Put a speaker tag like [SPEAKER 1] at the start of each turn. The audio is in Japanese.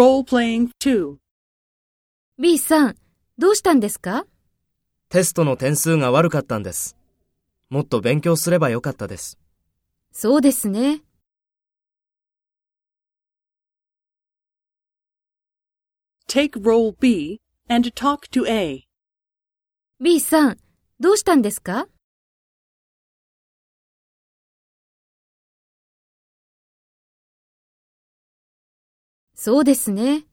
[SPEAKER 1] Role-playing 2.
[SPEAKER 2] B さん、どうしたんですか
[SPEAKER 3] テストの点数が悪かったんです。もっと勉強すればよかったです。
[SPEAKER 2] そうですね。
[SPEAKER 1] Take role B and talk to A.
[SPEAKER 2] B さん、どうしたんですかそうですね。